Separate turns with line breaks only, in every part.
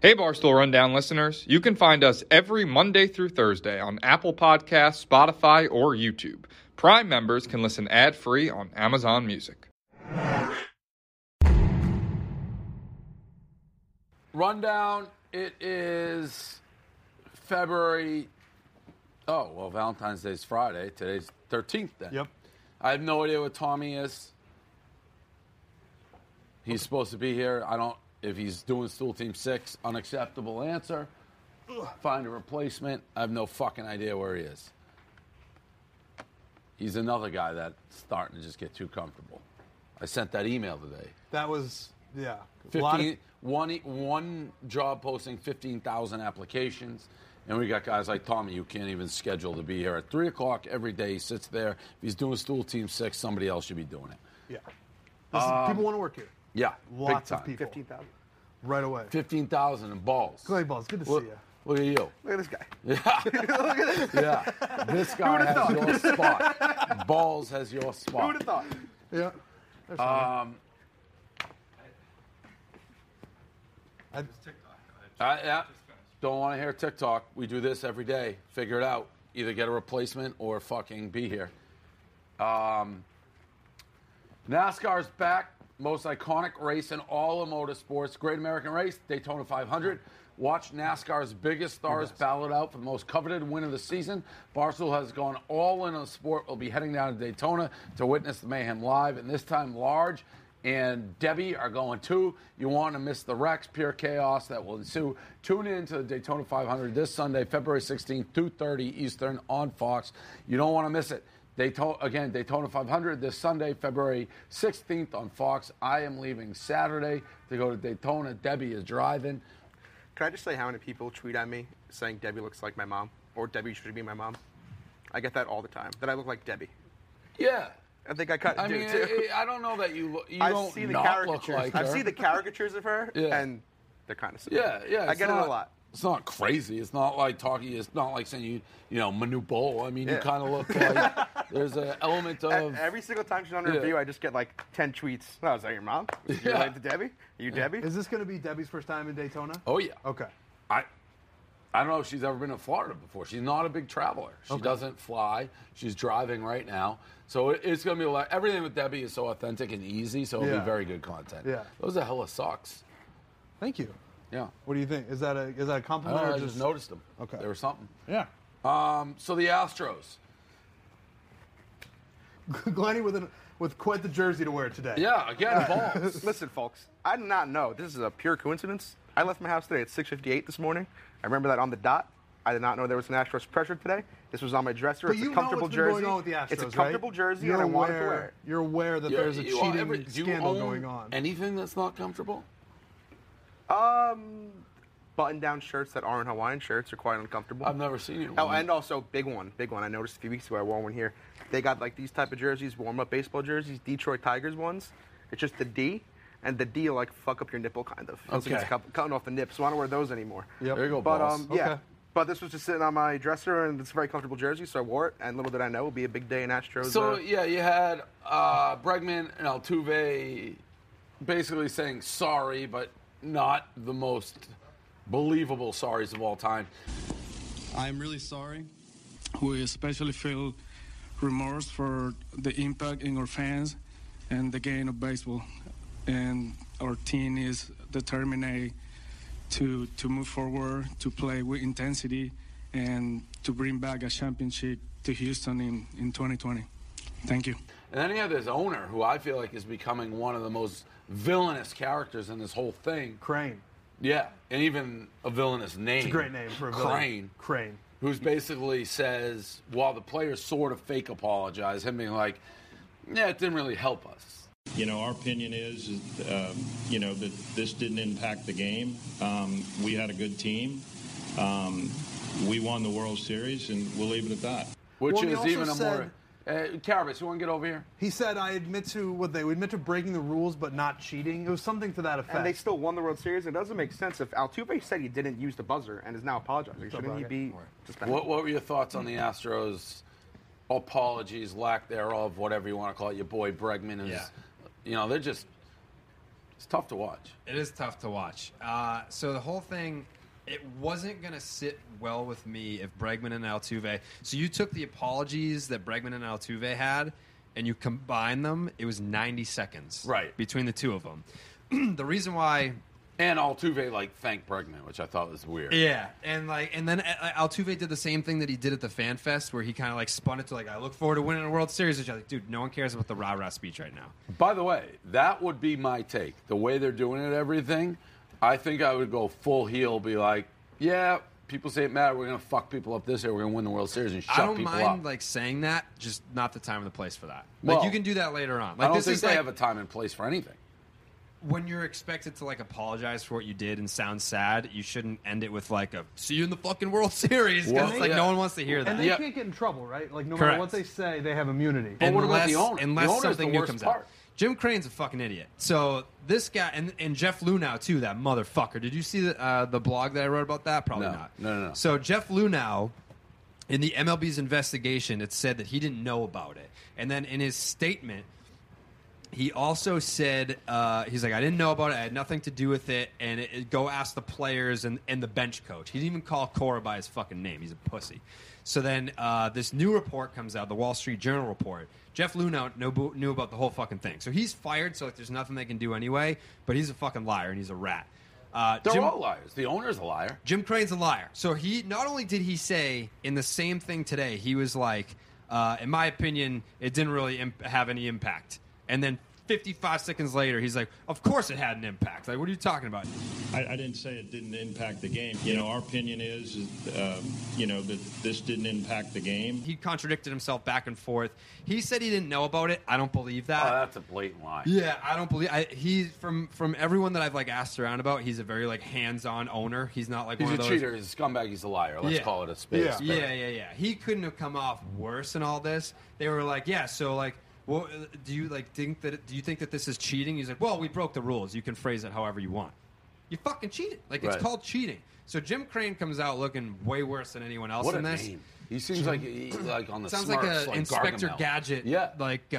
Hey, Barstool Rundown listeners. You can find us every Monday through Thursday on Apple Podcasts, Spotify, or YouTube. Prime members can listen ad free on Amazon Music.
Rundown, it is February. Oh, well, Valentine's Day is Friday. Today's 13th then.
Yep.
I have no idea what Tommy is. He's supposed to be here. I don't. If he's doing stool team six, unacceptable answer. Find a replacement. I have no fucking idea where he is. He's another guy that's starting to just get too comfortable. I sent that email today.
That was yeah. A lot of-
15, one, one job posting, 15,000 applications. And we got guys like Tommy who can't even schedule to be here at 3 o'clock every day. He sits there. If he's doing stool team six, somebody else should be doing it.
yeah. This is- people want to work here.
Yeah.
Lots
Um, big time.
of people.
Fifteen thousand.
Right away.
15,000 in balls.
Clay balls. Good to
Look,
see you.
look at you.
Look at this guy.
Yeah.
Look at this.
yeah. This guy has your spot. Balls has your spot.
Who would have thought?
Yeah. There's
Um,
I-
I, Uh, yeah. Don't want to hear TikTok. We do this every day. Figure it out. Either get a replacement or fucking be here. Um, NASCAR's back. Most iconic race in all of motorsports. Great American Race, Daytona 500. Watch NASCAR's biggest stars ballot out for the most coveted win of the season. Barstool has gone all in on the sport. We'll be heading down to Daytona to witness the mayhem live, and this time large and Debbie are going too. You want to miss the wrecks, pure chaos that will ensue. Tune in to the Daytona 500 this Sunday, February 16th, 2:30 Eastern on Fox. You don't want to miss it. Daytona again, Daytona 500 this Sunday, February 16th on Fox. I am leaving Saturday to go to Daytona. Debbie is driving.
Can I just say how many people tweet at me saying Debbie looks like my mom or Debbie should be my mom? I get that all the time. That I look like Debbie.
Yeah.
I think I kind of
I
do
mean,
too.
it- it- I don't know that you look. You
I
don't
see the
not look
caricatures.
like
I
her.
see the caricatures of her,
Yeah.
and they're kind of
Yeah, yeah.
I
it's
get
not-
it a lot.
It's not crazy. It's not like talking. It's not like saying you, you know, Manu Bowl. I mean, you
Yeah.
kind of look like there's an element
E-
of.
Every single time she's on
yeah.
review, I just get like ten tweets. Oh, is that your mom? You
Yeah.
related to Debbie? Are you Debbie?
is this going to be Debbie's first time in Daytona?
oh yeah.
Okay.
I, I don't know if she's ever been to Florida before. She's not a big traveler. She doesn't fly. She's driving right now, so it, it's gonna be like everything with Debbie is so authentic and easy. So it'll
Yeah.
be very good content.
Yeah.
Those are hella socks.
Thank you.
Yeah.
What do you think? Is that a is that
I,
a
don't
compliment
know,
or
Uh, I
just,
just noticed them.
Okay.
There was something.
Yeah.
Um. So the Astros.
Glenny with an with quite the jersey to wear today.
Yeah. Again, balls.
Listen, folks, I did not know. This is a pure coincidence. I left my house today at 6:58 this morning. I remember that on the dot. I did not know there was an Astros pressure today. This was on my dresser.
But
it's
you
a
know
comfortable
what's been
jersey.
going on with the Astros,
it's a
right?
comfortable jersey,
You're
and I
aware,
wanted to wear it.
You're aware that
Yeah,
there's a
you are
cheating
every- do you
scandal
own
going on.
Anything that's not comfortable?
Um, button-down shirts that aren't Hawaiian shirts are quite uncomfortable.
I've never seen it.
Oh, and also big one, big one. I noticed a few weeks ago. I wore one here. They got like these type of jerseys, warm-up baseball jerseys, Detroit Tigers ones. It's just the D, and the D will, like fuck up your nipple, kind of. It's like
Okay.
it's cut- cutting off the nips. So I don't wear those anymore.
Yep.
There you go,
But
balls.
um, yeah.
Okay.
But this was just sitting on my dresser, and it's a very comfortable jersey, so I wore it. And little did I know, it'll be a big day in Astros.
So
uh,
yeah, you had uh, Bregman and Altuve basically saying sorry, but not the most believable sorries of all time.
I'm really sorry. We especially feel remorse for the impact in our fans and the game of baseball. And our team is determined to to move forward, to play with intensity, and to bring back a championship to Houston in, in 2020. Thank you.
And then he had this owner who I feel like is becoming one of the most villainous characters in this whole thing.
Crane.
Yeah, and even a villainous name.
It's a great name for a villain.
Crane.
Crane.
who's basically says, while the players sort of fake apologize, him being like, yeah, it didn't really help us.
You know, our opinion is, um, you know, that this didn't impact the game. Um, we had a good team. Um, we won the World Series, and we'll leave it at that.
Which
Well, he
is
also
even a more.
said-
Uh, Carabas, you want to get over here?
He said, "I admit to what they we admit to breaking the rules, but not cheating." It was something to that effect.
and they still won the World Series. It doesn't make sense if Altuve said he didn't use the buzzer and is now apologizing. Shouldn't he
brag.
be suspended?
What, what were your thoughts on the Astros' apologies, lack thereof, whatever you want to call it? Your boy Bregman is,
Yeah.
you know, they're just It's tough to watch.
It is tough to watch. Uh, so the whole thing, it wasn't going to sit well with me if Bregman and Altuve. So you took the apologies that Bregman and Altuve had, and you combine them. It was 90 seconds,
Right.
between the two of them. the reason why
And Altuve like thanked Bregman, which I thought was weird.
Yeah, and like, and then uh, Altuve did the same thing that he did at the Fan Fest, where he kind of like spun it to like, I look forward to winning a World Series. Which I was like, dude, no one cares about the rah rah speech right now.
By the way, that would be my take. The way they're doing it, everything, I think I would go full heel, be like, yeah, people say it matter. We're gonna fuck people up this year. We're gonna win the World Series and shut
I don't
people
mind
up.
like saying that, just not the time and the place for that.
Well,
like you can do that later
I
on. Like
don't
this
think
is
they
like
have a time and place for anything.
when you're expected to like apologize for what you did and sound sad, you shouldn't end it with like a see you in the fucking World Series
Well,
because like
yeah.
no one wants to hear
And
that.
they
Yeah.
can't get in trouble, right? Like no
Correct.
matter what they say, they have immunity.
But what about the
Unless-
owner?
Unless
The owner's
something
the
new
worst
comes
part.
out. Jim Crane's a fucking idiot. So this guy and, and Jeff Lunau too, that motherfucker. Did you see the, uh, the blog that I wrote about that? Probably
No.
not.
No, no, no.
So Jeff Lunau, in the MLB's investigation, it said that he didn't know about it, and then in his statement, he also said uh, he's like I didn't know about it. I had nothing to do with it. And it, it- go ask the players and, and the bench coach. He didn't even call Cora by his fucking name. He's a pussy. So then uh, this new report comes out, the Wall Street Journal report. Jeff Lunout knew, knew about the whole fucking thing. So he's fired. So like there's nothing they can do anyway. But he's a fucking liar and he's a rat. Uh,
They're
Jim-
all liars. The owner's a liar.
Jim Crane's a liar. So he not only did he say in the same thing today, he was like, uh, in my opinion, it didn't really imp- have any impact. And then 55 seconds later, he's like, of course it had an impact. Like, what are you talking about?
I, I didn't say it didn't impact the game. You know, our opinion is, um, you know, that this didn't impact the game.
He contradicted himself back and forth. He said he didn't know about it. I don't believe that.
Oh, that's a blatant lie.
Ah. Yeah, I don't believe I, he's from from everyone that I've like asked around about. He's a very like hands-on owner. He's not like
He's
one
a
of those.
cheater. He's a scumbag. He's a liar. Let's
Yeah.
call it a space.
Yeah.
Yeah, yeah, yeah. He couldn't have come off worse in all this. They were like, yeah, so like, well, do you like think that? Do you think that this is cheating? He's like, well, we broke the rules. You can phrase it however you want. You fucking cheated. Like it's
Right.
called cheating. So Jim Crane comes out looking way worse than anyone else
What a
in this.
name. He seems like he, like on the
Sounds
Smurfs,
like an Inspector
Gargamel.
Gadget,
Yeah,
like uh,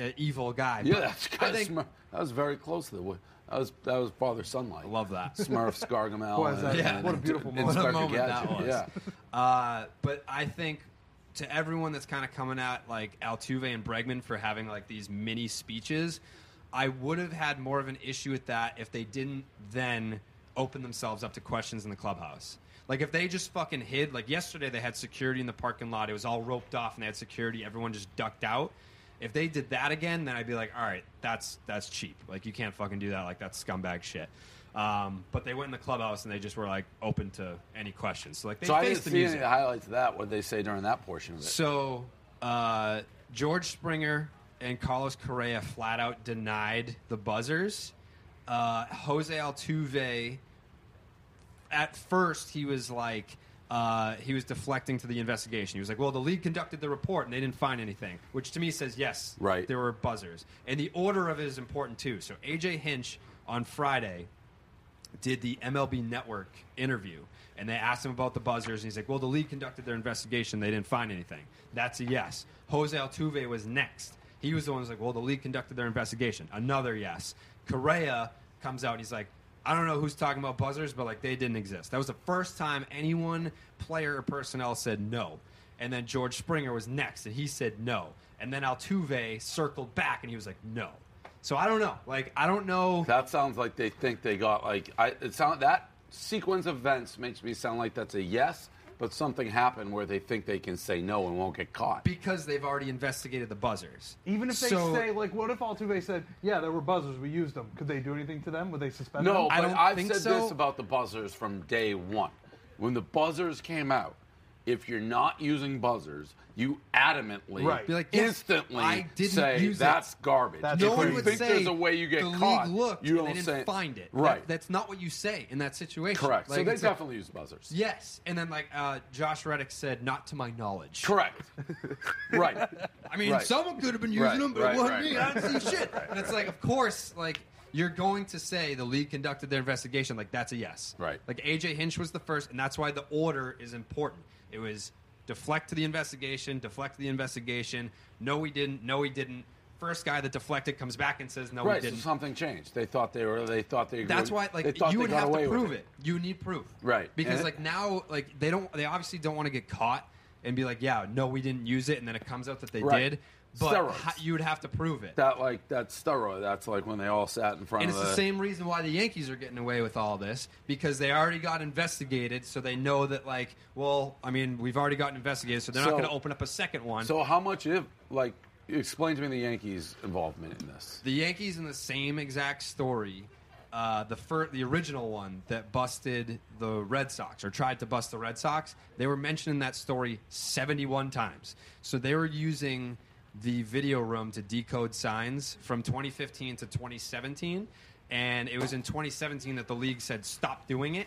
uh, evil guy.
yeah.
But
That's
I
kind of
think
Smurf. That was very close to the. That was that was Father Sunlight.
I love that.
Smurfs, Gargamel.
Boy, is that-
Yeah.
what a beautiful
Inspector
moment.
What a moment
Gadget,
that was.
Yeah.
Uh, but I think to everyone that's kind of coming at like Altuve and Bregman for having like these mini speeches, I would have had more of an issue with that if they didn't then open themselves up to questions in the clubhouse. Like if they just fucking hid. Like yesterday, they had security in the parking lot. It was all roped off, and they had security. Everyone just ducked out. If they did that again, then I'd be like, all right, that's that's cheap. Like you can't fucking do that. Like that's scumbag shit. Um, but they went in the clubhouse and they just were like open to any questions. So like they
So I didn't
faced the
see any
music.
of the highlights of that. What did they say during that portion of it?
So uh, George Springer and Carlos Correa flat out denied the buzzers. Uh, Jose Altuve, at first, he was like, uh, he was deflecting to the investigation. He was like, "Well, the league conducted the report and they didn't find anything," which to me says yes,
Right.
There were buzzers, and the order of it is important too. So AJ Hinch on Friday did the MLB Network interview, and they asked him about the buzzers, and he's like, "Well, the league conducted their investigation; they didn't find anything." That's a yes. Jose Altuve was next. He was the one who's like, "Well, the league conducted their investigation." Another yes. Correa comes out, and he's like, "I don't know who's talking about buzzers, but like they didn't exist." That was the first time anyone, player or personnel, said no. And then George Springer was next, and he said no. And then Altuve circled back, and he was like, "No." So I don't know. Like I don't know.
That sounds like they think they got like I it sound that sequence of events makes me sound like that's a yes, but something happened where they think they can say no and won't get caught.
because they've already investigated the buzzers.
Even if they
So-
say, like, what if Altuve said, "Yeah, there were buzzers. We used them." Could they do anything to them? Would they suspend them?
No,
I
but
don't
I've
think
said
so.
this about the buzzers from day one. When the buzzers came out, if you're not using buzzers, you adamantly,
Right. Be
like, yes,
instantly
I didn't
say
use it.
that's garbage.
That's
if
No one
you
crazy.
would
think
say
there's a way you get
the
caught,
league looked
you
and
don't
they didn't
say
find it.
Right,
That- that's not what you say in that situation.
correct. so
Like,
they
it's like-
definitely use buzzers.
yes. And then like uh, Josh Reddick said, "Not to my knowledge."
Correct. right.
I mean,
Right.
someone could have been using
Right,
them, but
right,
it wasn't
right,
me.
right.
I didn't see shit. and it's like, of course, like you're going to say the league conducted their investigation. Like that's a yes.
Right.
Like AJ Hinch was the first, and that's why the order is important. It was deflect to the investigation, deflect to the investigation. No, we didn't. No, we didn't. first guy that deflected comes back and says, no,
Right,
we
so
didn't.
something changed. They thought they were. They thought they.
That's
were-
why,
they
like,
thought
you
they
would
got
have
away
to
with
prove it. You need proof,
Right.
Because,
And-
like, now, like, they don't, they obviously don't want to get caught and be like, yeah, no, we didn't use it, and then it comes out that they
Right.
did. But
Steroids.
ha- you would have to prove it.
That like that steroid. That's like when they all sat in front
and
of
it's the same reason why the Yankees are getting away with all this because they already got investigated, so they know that, like, well, I mean, we've already gotten investigated, so they're
So-
not going to open up a second one.
So how much if like explain to me the Yankees' involvement in this?
The Yankees in the same exact story, uh, the fir- the original one that busted the Red Sox or tried to bust the Red Sox, they were mentioned in that story 71 times. So they were using the video room to decode signs from 2015 to 2017, and it was in 2017 that the league said stop doing it.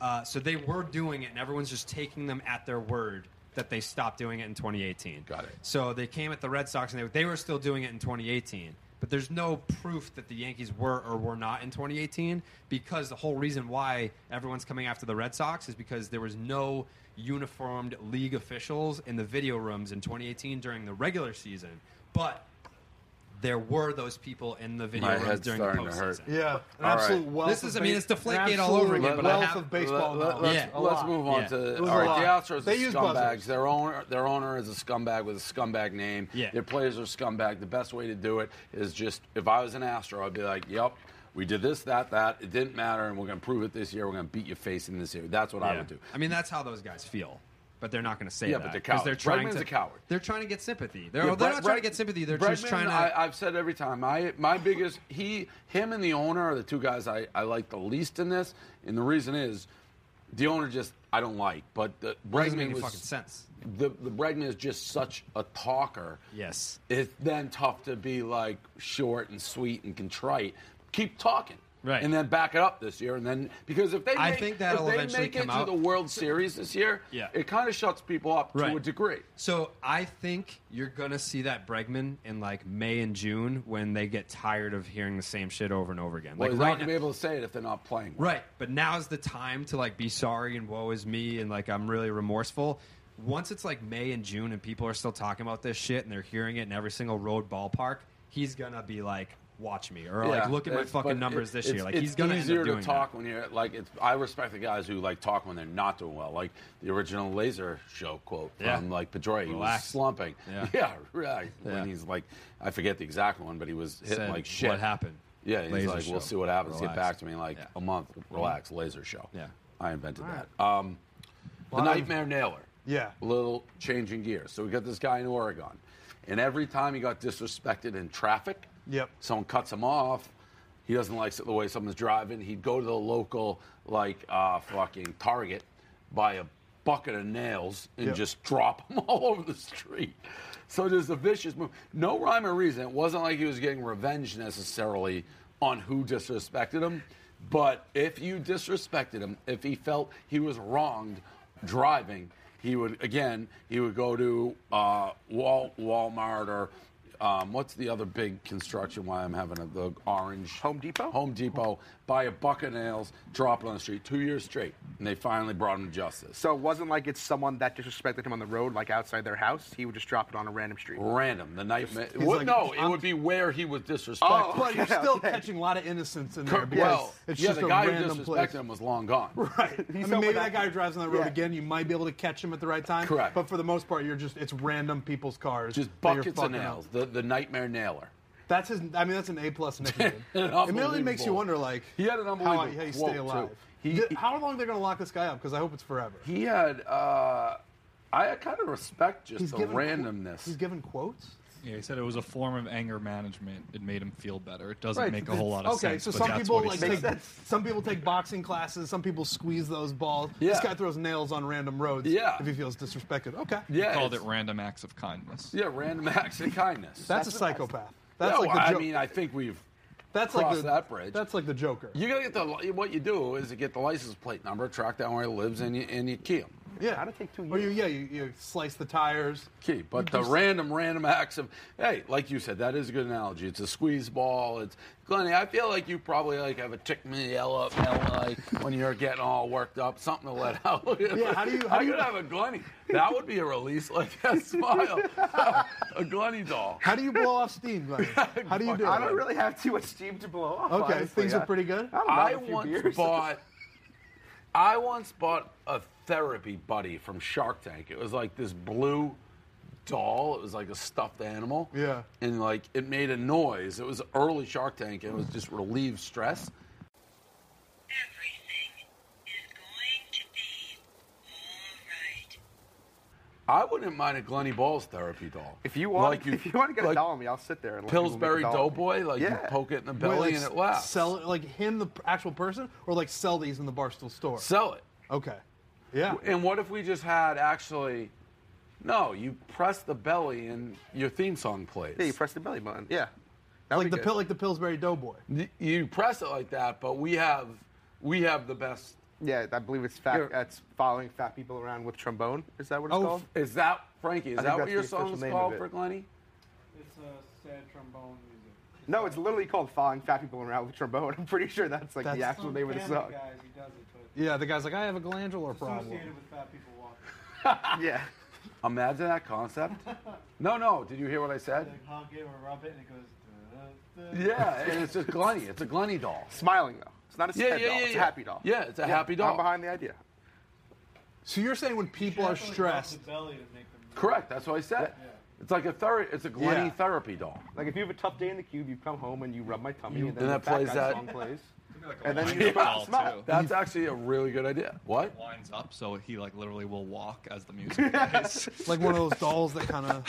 Uh, so they were doing it, and everyone's just taking them at their word that they stopped doing it in 2018.
Got it.
So they came at the Red Sox, and they, they were still doing it in 2018. But there's no proof that the Yankees were or were not in 2018 because the whole reason why everyone's coming after the Red Sox is because there was no uniformed league officials in the video rooms in 2018 during the regular season. But there were those people in the video
My
rooms
head's
during the
starting to hurt.
postseason.
Yeah, an
All
absolute
right.
wealth.
This is-
of
I mean,
ba-
it's Deflategate
an
all over
absolute
again, but I
wealth
have-
of baseball
Let,
knowledge.
Yeah.
us
A lot.
move on
Yeah.
to
It was
all
a
right. The
lot.
Astros
They
are
use
scumbags.
buzzers.
Their owner, their owner is a scumbag with a scumbag name.
Yeah.
Their players are scumbag. The best way to do it is just if I was an Astro, I'd be like, "Yep, we did this, that, that. It didn't matter, and we're going to prove it this year. We're going to beat your face in this year." That's what I
Yeah.
would do.
I mean, that's how those guys feel, but they're not going to say
Yeah,
that
but they're
'cause
cowards.
trying
Bregman's
to
a coward.
They're trying to get sympathy. They're,
Yeah,
they're
Brett-
not trying
Brett-
to get sympathy. They're just
Bregman,
trying to.
I, I've said every time. I my biggest he him and the owner are the two guys I, I like the least in this, and the reason is the owner just I don't like. But the
doesn't make
Bregman
any
was
fucking sense.
The the Bregman is just such a talker.
Yes.
it's then tough to be like short and sweet and contrite. Keep talking.
Right.
And then back it up this year, and then because if they
I
make,
think
if
that'll
they
eventually
make it
come
to
out.
the World Series this year,
Yeah.
it kind of shuts people up
Right.
to a degree.
So I think you're gonna see that Bregman in like May and June when they get tired of hearing the same shit over and over again.
Well,
like
they're not
right
gonna
now,
be able to say it if they're not playing.
right. But now's the time to like be sorry and woe is me and like I'm really remorseful. Once it's like May and June and people are still talking about this shit and they're hearing it in every single road ballpark, he's gonna be like, "Watch me" or like,
Yeah,
"Look at my
it's-
fucking
but
numbers
it-
this
it's-
year." Like
it's
he's gonna
easier
end up doing
to
that.
talk when you're like. It's, I respect the guys who like talk when they're not doing well. Like the original Laser Show quote
Yeah.
from like Pedroia, he was
Relax.
slumping.
Yeah.
right.
Yeah.
When he's like, I forget the exact one, but he was hitting
Said,
like shit.
What happened?
Yeah, he's
Laser
like, we'll
show.
see what happens. Get
Relax.
back to me in like
Yeah. Mm-hmm.
a month. Relax, Laser Show.
Yeah.
I invented
All
that. Um, the
Lot of-
Nightmare Nailer
Yeah.
little changing gears. So we got this guy in Oregon, and every time he got disrespected in traffic,
Yep.
someone cuts him off. He doesn't like the way someone's driving. He'd go to the local like uh, fucking Target, buy a bucket of nails, and
Yep.
just drop them all over the street. So there's a vicious move. No rhyme or reason. It wasn't like he was getting revenge necessarily on who disrespected him. But if you disrespected him, if he felt he was wronged driving, he would again he would go to uh, Wal- Walmart or um, what's the other big construction? Why I'm having a, the orange
Home Depot?
Home Depot buy a bucket of nails, drop it on the street two years straight, and they finally brought him to justice.
So it wasn't like it's someone that disrespected him on the road, like outside their house. He would just drop it on a random street.
Random, the nightmare. It
he's
would-
like,
no, it
I'm- Oh,
would be where he was disrespected.
But you're
Okay,
still
okay.
catching a lot of innocence in there
Cur-
because
well,
it's
yeah,
just
the
a
guy who
random
disrespected
place.
him was long gone.
Right. I mean,
somewhere
maybe
that-
that guy who drives on that road
Yeah.
again, you might be able to catch him at the right time.
Correct.
But for the most part, you're just it's random people's cars.
Just
that you're
buckets of
fucking up.
nails. The, the nightmare nailer.
That's his. I mean, that's an A plus nickname. it
Unbelievable.
really makes you wonder, like,
He had an
how,
unbelievable
how
quote,
you stay
too.
alive.
He-
Did-
he-
how long they're going to lock this guy up? Because I hope it's forever.
He had. Uh, I kind of respect just
he's
the
given qu-
randomness.
He's given quotes.
Yeah, he said it was a form of anger management. It made him feel better. It doesn't
Right,
make a whole lot of
okay,
sense.
so
but
some
that's
people
what he
like
said.
take, some people take boxing classes. Some people squeeze those balls. This
Yeah.
guy throws nails on random roads.
Yeah.
if he feels disrespected. Okay,
yeah,
called it
it's-
random acts of kindness.
Yeah, random acts of kindness.
that's, a psychopath. That's
no,
like the
I
joke.
mean, I think we've.
that's like
cross
the,
that bridge.
That's like the Joker.
You gotta get the. What you do is you get the license plate number, track down where he lives, and you and you key him.
Yeah,
How'd it take two
Or Oh, you,
years?
yeah, you, you slice the tires.
key. But the random, random acts of hey, like you said, that is a good analogy. It's a squeeze ball. It's Glenny. I feel like you probably like have a tick me L up L like when you're getting all worked up, something to let out.
Yeah, how do you- how
I
do you-
could have a Glenny. That would be a release like a smile, a Glenny doll.
How do you blow off steam, Glenn? How do you do
I don't
it?
really have too much steam to blow off.
Okay,
honestly.
things
I-
are pretty good.
I, don't know,
I
a few
once
beers.
bought. I once bought a therapy buddy from Shark Tank. It was like this blue doll. It was like a stuffed animal.
Yeah.
And like it made a noise. It was early Shark Tank, and it was just relieved stress.
Everything is going to be all right.
I wouldn't mind a Glenny Balls therapy doll.
If you want,
Like you-
if you want to get
like
a doll on me, I'll sit there and let people make a
Pillsbury
doll of me.
Doughboy, like you
Yeah.
poke it in the
Wait,
belly
like,
and it laughs.
Sell it like him, the p- actual person, or like sell these in the barstool store.
Sell it.
okay, yeah.
And what if we just had actually? No, you press the belly and your theme song plays.
Yeah, you press the belly button. Yeah, that
Like
would
the
be
pill,
good.
like the Pillsbury Doughboy.
Y- You press it like that, but we have we have the best.
Yeah, I believe it's fat.
You're-
That's following fat people around with trombone. Is that what it's
Oh,
called?
Is that Frankie? Is
I think
that what
that's
your
the official
song's
name of
called
it.
for Glenny?
It's a sad trombone music.
No, it's literally called following fat people around with trombone. I'm pretty sure that's like the
That's-
actual name of the song.
he does it,
Yeah, the guy's like, I have a glandular problem.
with fat people walking.
Yeah,
Imagine that concept. no, no. Did you hear what I said?
hug it or rub it, and it goes.
Yeah, and it's just Glenny. It's a Glenny doll.
smiling though. It's not a
Yeah,
sad
yeah,
doll.
yeah,
it's
yeah.
a happy doll.
Yeah, it's a happy doll.
I'm behind the idea.
So you're saying when people are stressed,
Correct. That's what I said. It's like a ther- It's a Glenny
Yeah.
therapy doll.
Like if you have a tough day in the cube, you come home and you rub my tummy, and then
and
the
that
fat
plays
guy
that-
song plays, and then you
doll,
smile. smile.
too.
That's actually a really good idea. What?
Lines up, so he like literally will walk as the music plays.
like one of those dolls that kind of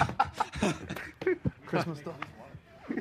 Christmas doll.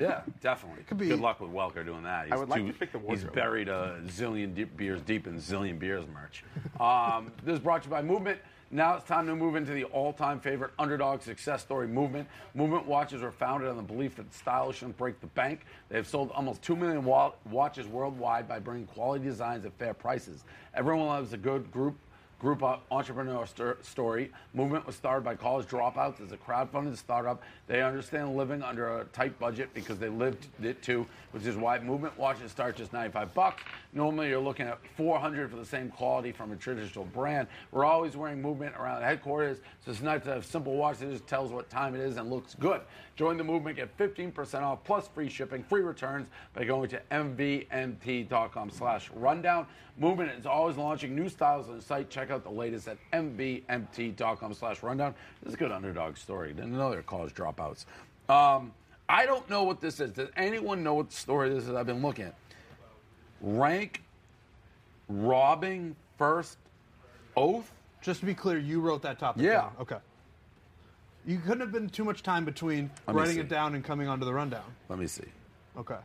Yeah, definitely. Could
be-
Good luck with Welker doing that. He's
would like to pick the
He's
wardrobe.
buried a zillion deep beers deep in zillion beers merch. Um, this is brought to you by Movement. Now it's time to move into the all-time favorite underdog success story, Movement. Movement watches were founded on the belief that style shouldn't break the bank. They've sold almost two million wa- watches worldwide by bringing quality designs at fair prices. Everyone loves a good group group o- entrepreneur stor- story. Movement was started by college dropouts as a crowdfunded startup. They understand living under a tight budget because they lived it too, which is why Movement watches start just 95 bucks. Normally, you're looking at 400 for the same quality from a traditional brand. We're always wearing Movement around headquarters, so it's nice to have simple watch that just tells what time it is and looks good. Join the Movement, get 15% off plus free shipping, free returns by going to mvmt.com slash rundown. Movement is always launching new styles on the site. Check out the latest at mvmt.com slash rundown. This is a good underdog story. Didn't know they're college dropouts. Um, I don't know what this is. Does anyone know what story this is? I've been looking at. Rank robbing first oath.
Just to be clear, you wrote that topic.
Yeah.
down. Okay. You couldn't have been too much time between
me
writing
see.
it down and coming onto the rundown.
Let me see.
Okay.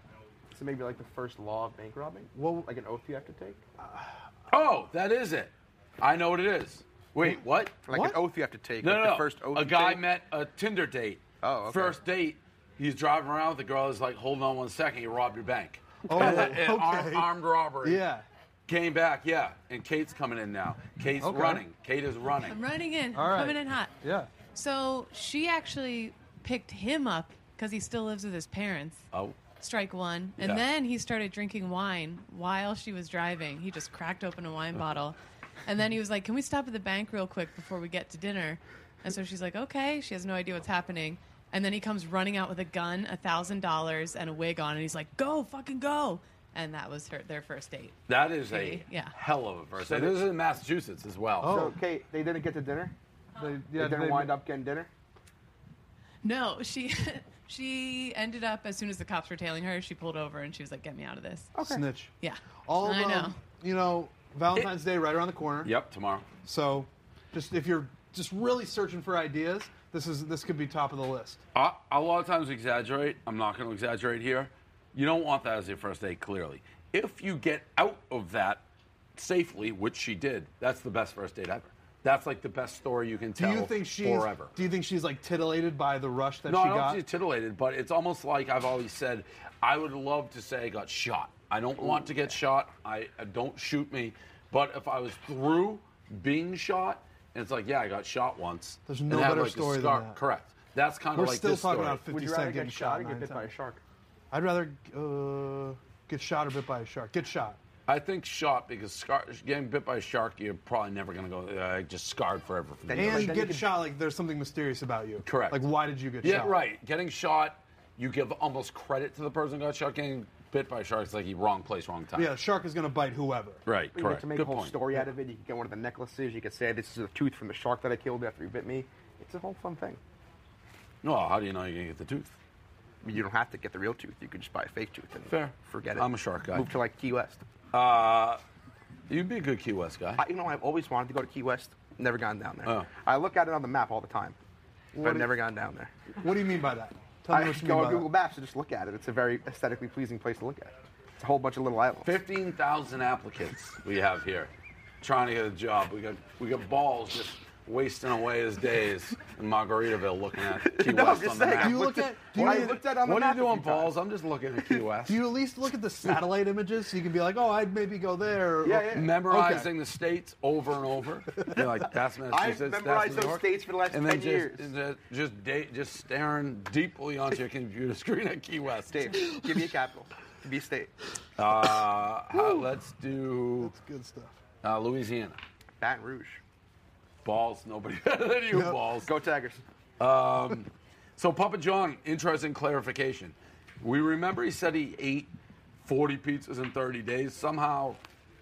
So maybe like the first law of bank robbing.
Well-
like an oath you have to take.
Oh, that is it. I know what it is. Wait, what?
Like
What?
an oath you have to take.
No,
like
no,
the
no.
First oath.
a
you
guy
take.
met a Tinder date.
Oh, okay.
First date, he's driving around with the girl. He's like, hold on one second, you robbed your bank.
Oh,
And- and arm-
okay.
armed robbery.
Yeah.
Came back, yeah. And Kate's coming in now. Kate's
Okay.
running. Kate is running.
I'm running in,
All right.
coming in hot.
Yeah.
So she actually picked him up because he still lives with his parents.
Oh,
Strike one. And
Yeah.
then he started drinking wine while she was driving. He just cracked open a wine bottle. And then he was like, Can we stop at the bank real quick before we get to dinner? And so she's like, Okay. She has no idea what's happening. And then he comes running out with a gun, a thousand dollars, and a wig on, and he's like, Go, fucking go. And that was her their first date.
that is a
Katie, yeah.
hell of a verse. and this is in Massachusetts as well.
So Kate, they didn't get to dinner.
They, yeah,
They didn't
they-
wind up getting dinner.
No, she she ended up as soon as the cops were tailing her, she pulled over and she was like, Get me out of this.
Oh.
Snitch.
Yeah.
All of,
I know.
um, you know, Valentine's Day right around the corner.
Yep, tomorrow.
So, just if you're just really searching for ideas, this is this could be top of the list.
I, a lot of times exaggerate. I'm not going to exaggerate here. You don't want that as your first date, clearly. If you get out of that safely, which she did, that's the best first date ever. That's like the best story you can
Do
tell
you think she's?
forever.
Do you think she's like titillated by the rush that
no,
she
I don't
got?
think she's titillated, but it's almost like I've always said, I would love to say I got shot. I don't want uh, to get shot. I, I don't shoot me. But if I was through being shot, And it's like, yeah, I got shot once.
There's
and
no
had,
better
like, a
story than
scar-
that.
Correct. That's kind
We're
of like
still
this
talking
story.
about 50
Would you
Cent
rather
getting
get shot or
nine
get bit by a
times.
shark?
I'd rather uh, get shot or bit by a shark. Get shot.
I think shot because scar- getting bit by a shark, you're probably never going to go uh, just scarred forever. From
Then
this.
you're
And
then you
get
could-
shot like there's something mysterious about you.
Correct.
Like why did you get
yeah,
shot?
right. Getting shot, you give almost credit to the person who got shot. Getting bit by a shark, it's like you wrong place, wrong time.
Yeah, a shark is gonna bite whoever.
Right.
You
correct.
get to make
Good
a whole
point.
story out of it. You can get one of the necklaces. You could say this is a tooth from the shark that I killed after he bit me. It's a whole fun thing.
No, how do you know you're going to get the tooth?
I mean, you don't have to get the real tooth. You could just buy a fake tooth and
Fair.
forget it.
I'm a shark guy.
Move to like Key West.
Uh, you'd be a good Key West guy.
I, you know, I've always wanted to go to Key West. Never gone down there.
Oh.
I look at it on the map all the time. but
do
I've
you-
never gone down there.
What do you mean by that? Tell me
I
what you mean
go
by
on
that.
Google Maps and just look at it. It's a very aesthetically pleasing place to look at. It's a whole bunch of little islands.
15,000 applicants we have here trying to get a job. We got we got balls just wasting away his days in Margaritaville looking at Key
No, I'm
West
just
on the
saying,
map.
I
Do you
looked
look at- do you
well, I
need-
looked at it on the
what are
map
you
a
doing,
few times.
balls? I'm just looking at Key West.
Do you at least look at the satellite images so you can be like, oh, I'd maybe go there?
Yeah, yeah.
memorizing the states over and over. You're like, that's Massachusetts. that's
memorized
New
those
York."
states for the last
and then
10
just,
years.
and then Just, da- just staring deeply onto your computer screen at Key West.
Dave, give me a capital. Give me a state.
Uh, how- let's do
That's good stuff.
uh, Louisiana.
Baton Rouge.
Balls, nobody better than you, balls.
Go Tigers.
Um, so Papa John, interesting clarification. We remember he said he ate 40 pizzas in 30 days. Somehow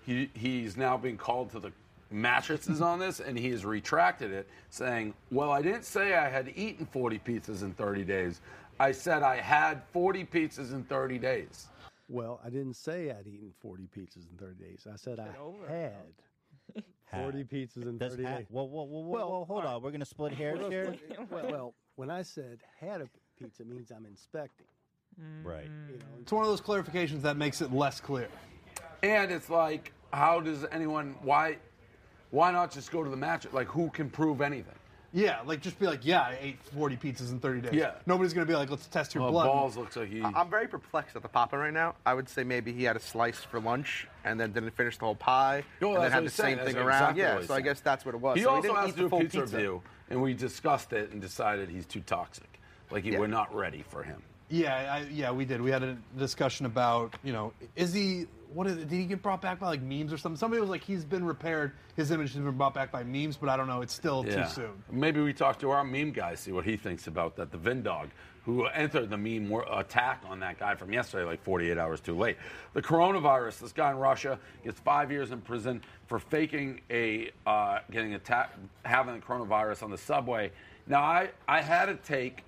he, he's now being called to the mattresses on this, and he has retracted it, saying, Well, I didn't say I had eaten 40 pizzas in 30 days. I said I had 40 pizzas in 30 days.
Well, I didn't say I'd eaten 40 pizzas in 30 days. I said I had 40 pizzas in 30 days.
Well, well, well, well,
Well,
well hold on. We're going to split hairs here.
Well, well, when I said had a pizza, it means I'm inspecting.
Right.
You know,
It's one of those clarifications that makes it less clear.
And it's like, how does anyone, why, why not just go to the mattress? Like, who can prove anything?
Yeah, like just be like, yeah, I ate 40 pizzas in 30 days.
Yeah.
Nobody's gonna be like, let's test your
Well,
blood.
balls looks like he.
I'm very perplexed at the Papa right now. I would say maybe he had a slice for lunch and then didn't finish the whole pie
Yo,
and then
that's
had
what
the
he's saying.
same
That's
thing around.
exactly what
yeah,
he's
so I
saying.
guess that's what it was.
He
so
also
didn't
has
eat
to
the
do a
full
pizza, review, and we discussed it and decided he's too toxic. Like he,
Yeah.
we're not ready for him.
Yeah, I, yeah, we did. We had a discussion about, you know, is he? What is, did he get brought back by like memes or something? Somebody was like, he's been repaired. His image has been brought back by memes, but I don't know. It's still too soon.
Maybe we talk to our meme guy, see what he thinks about that. The Vin dog who entered the meme war- attack on that guy from yesterday, like 48 hours too late. The coronavirus. This guy in Russia gets five years in prison for faking a uh, getting attack, having the coronavirus on the subway. Now I I had a take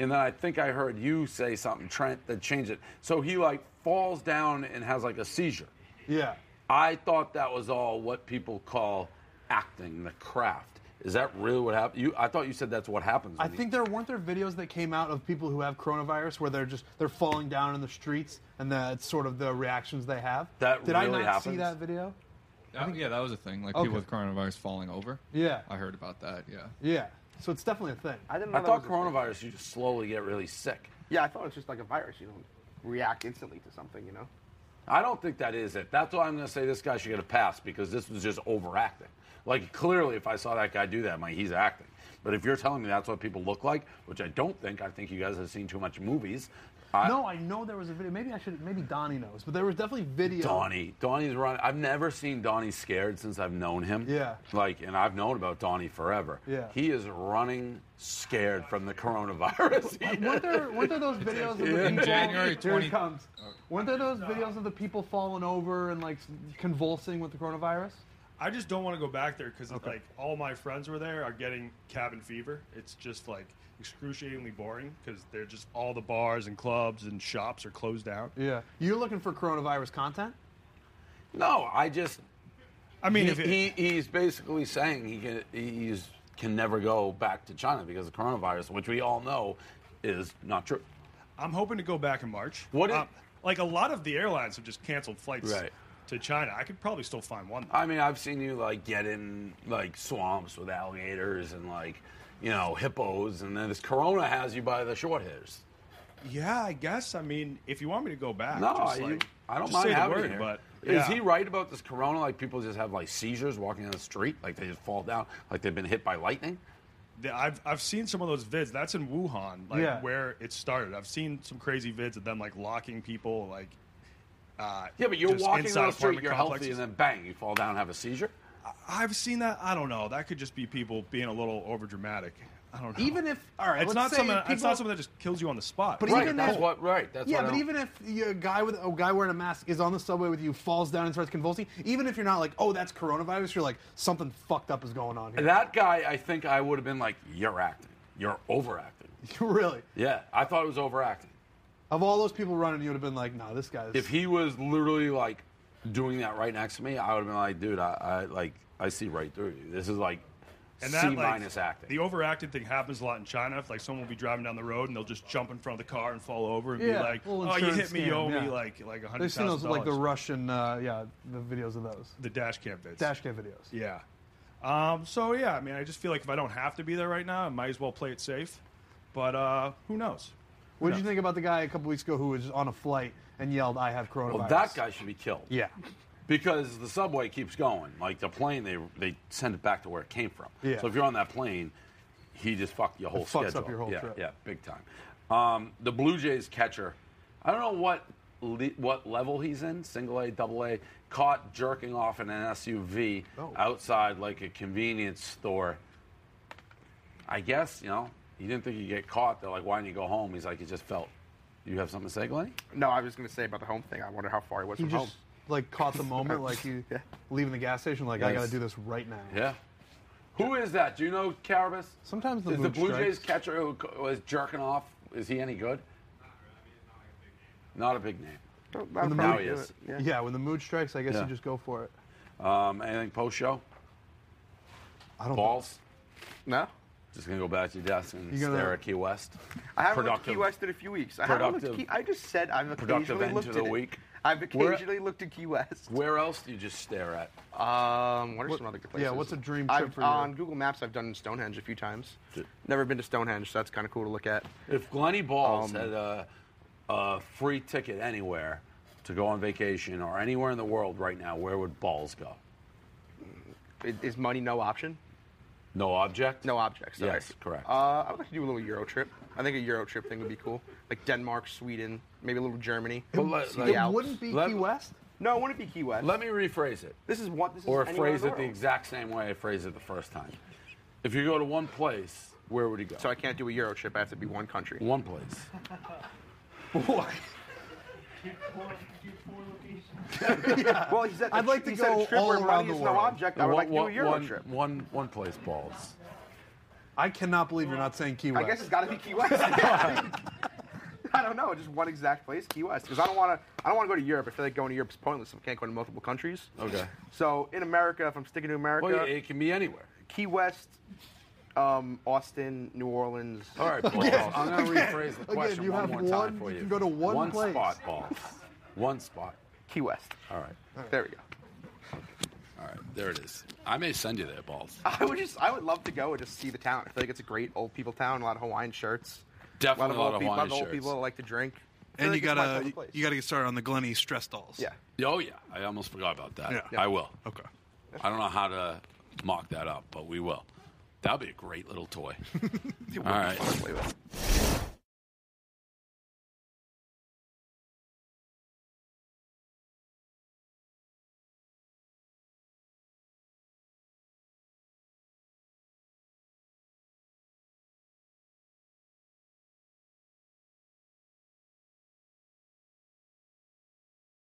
And then I think I heard you say something, Trent, that changed it. So he like falls down and has like a seizure.
Yeah.
I thought that was all what people call acting, the craft. Is that really what happened? You, I thought you said that's what happens.
I
when he-
think there weren't there videos that came out of people who have coronavirus where they're just they're falling down in the streets and that's sort of the reactions they have.
That
Did I
really
not see
happens?
that video?
Uh, yeah, that was a thing. Like
Okay.
people with coronavirus falling over.
Yeah.
I heard about that. Yeah.
Yeah. So it's definitely a thing.
I didn't know
I
that
thought
was a thing.
coronavirus, you just slowly get really sick.
Yeah, I thought it was just like a virus. You don't react instantly to something, you know.
I don't think that is it. That's why I'm going to say this guy should get a pass because this was just overacting. Like clearly, if I saw that guy do that, I'm like he's acting. But if you're telling me that's what people look like, which I don't think, I think you guys have seen too much movies. I,
no, I know there was a video. Maybe I should. Maybe Donnie knows, but there was definitely video.
Donnie. Donnie's running. I've never seen Donnie scared since I've known him.
Yeah.
Like, and I've known about Donnie forever.
Yeah.
He is running scared from the coronavirus.
Weren't there, weren't there those videos of the people?
In January
Here
20
it comes. Weren't there those videos of the people falling over and like convulsing with the coronavirus?
I just don't want to go back there because like all my friends were there are getting cabin fever. It's just like excruciatingly boring because they're just all the bars and clubs and shops are closed down.
Yeah. You're looking for coronavirus content?
Oh. no, I just.
I mean,
he,
if it,
he, he's basically saying he can he's can never go back to China because of coronavirus, which we all know is not true.
I'm hoping to go back in March. Um,
What if-
like a lot of the airlines have just canceled flights
Right.
to China. I could probably still find one.
I mean, I've seen you like get in like swamps with alligators and like you know hippos, and then this corona has you by the short hairs.
yeah, I guess. I mean, if you want me to go back,
No,
just
you-
like,
I don't
just
mind
say the
having it
word,
here.
but
Is
Yeah.
he right about this corona? Like people just have like seizures walking down the street, like they just fall down, like they've been hit by lightning.
The- I've I've seen some of those vids. That's in Wuhan, like
Yeah.
where it started. I've seen some crazy vids of them like locking people, like. Uh,
Yeah, but you're
just
walking
inside
down the street,
apartment
you're healthy,
complexes.
and then bang, you fall down and have a seizure.
I've seen that. I don't know. That could just be people being a little over dramatic. I don't know.
Even if- all right, let's
it's not
say
something. It's
people-
not something that just kills you on the spot.
But even if, yeah, but even if you- a guy with a guy wearing a mask is on the subway with you, falls down and starts convulsing, even if you're not like, oh, that's coronavirus, you're like, something fucked up is going on here.
That guy, I think I would have been like, "You're acting. You're overacting."
really?
Yeah, I thought it was overacting.
Of all those people running, you would have been like, nah, this guy's.
If he was literally like doing that right next to me, I would have been like, "Dude, I, I like I see right through you. This is like
And
C
that, like,
minus acting."
The overacting thing happens a lot in China. If like someone will be driving down the road and they'll just jump in front of the car and fall over and
Yeah,
be like,
little
"Oh, you
insurance
hit me, you owe
scam,
me
yeah.
like like a hundred
They've seen
thousand
those,
dollars."
like the Russian, uh, yeah, the videos of those.
The dash cam vids.
Dash cam videos.
Yeah. Um, so yeah, I mean, I just feel like if I don't have to be there right now, I might as well play it safe. But uh, who knows? Who
What did
knows?
you think about the guy a couple weeks ago who was on a flight and yelled, I have coronavirus?
Well, that guy should be killed.
Yeah.
Because the subway keeps going. Like the plane, they they send it back to where it came from.
Yeah.
So if you're on that plane, he just fucked your whole
It fucks up
schedule.
your whole
yeah,
trip.
Yeah, big time. Um, the Blue Jays catcher, I don't know what le- what level he's in, single A, double A, caught jerking off in an SUV
Oh.
outside like a convenience store. I guess, you know, he didn't think he'd get caught. They're like, why didn't you go home? He's like, he just felt. You have something to say, Glenn?
No, I was going to say about the home thing. I wonder how far he was
He
from
just
home.
like caught the moment, like you leaving the gas station, like I
Yes.
got to do this right now.
Yeah. Who is that? Do you know Carabas?
Sometimes the
is the
mood
Blue Jays
strikes.
catcher who c- was jerking off. Is he any good? Not a big name.
When the
Now
mood-
he is.
Yeah. when the mood strikes, I guess
Yeah.
you just go for it.
Um, anything post show? I don't balls.
No.
Just gonna go back to your desk and
You gonna-
stare at Key West.
I haven't looked at
productive.
Key West in a few weeks. I haven't looked at Key,
productive-
I just said I've
productive
occasionally
end
looked
to
at
the
it.
week.
I've
Where-
occasionally looked at Key West.
Where else do you just stare at?
Um, what are some other good places?
yeah, what's a dream
I've-
trip for you?
On Google Maps, I've done Stonehenge a few times. Never been to Stonehenge, so that's kind of cool to look at.
If Glenny Balls
Um,
had a, a free ticket anywhere to go on vacation or anywhere in the world right now, where would Balls go?
Is, is money no option?
No object.
No object. Sorry.
Yes, correct.
Uh, I would like to do a little Euro trip. I think a Euro trip thing would be cool, like Denmark, Sweden, maybe a little Germany.
But let-
See
let-
the
it
Alps.
wouldn't be Let- Key
West.
No, it wouldn't be Key West.
Let me rephrase it.
This is what this
or
is. anywhere in
phrase it the
world.
exact same way I phrased it the first time. If you go to one place, where would you go?
So I can't do a Euro trip. I have to be one country.
One place.
well, he said.
I'd like to
he said
go
a trip where
all
money
around the
is
world.
no object. I would
One-
like to do a
one-
Euro
one-
trip.
One, one place, balls.
I cannot believe you're not saying Key
I
West.
guess it's got to be Key West. I don't know, just one exact place, Key West, because I don't want to. I don't want to go to Europe. I feel like going to Europe is pointless. if I can't go to multiple countries.
Okay.
So in America, if I'm sticking to America,
Well, yeah, it can be anywhere.
Key West, um, Austin, New Orleans.
All right, balls. I'm going to rephrase the question
you
one
have
more
one-
time for
you
you.
can go to one place.
spot, balls. One spot.
Key West.
All right.
There we go.
All right. There it is. I may send you there, balls.
I would just, I would love to go and just see the town. I feel like it's a great old people town. A lot of Hawaiian shirts.
Definitely a lot of
people,
Hawaiian
old
shirts.
people that like to drink. I
and
feel like
you
it's my
gotta
favorite place.
you gotta get started on the Glenny stress dolls.
Yeah.
Oh, yeah. I almost forgot about that.
Yeah.
I will.
Okay.
I don't know how to mock that up, but we will. That'll be a great little toy. All right.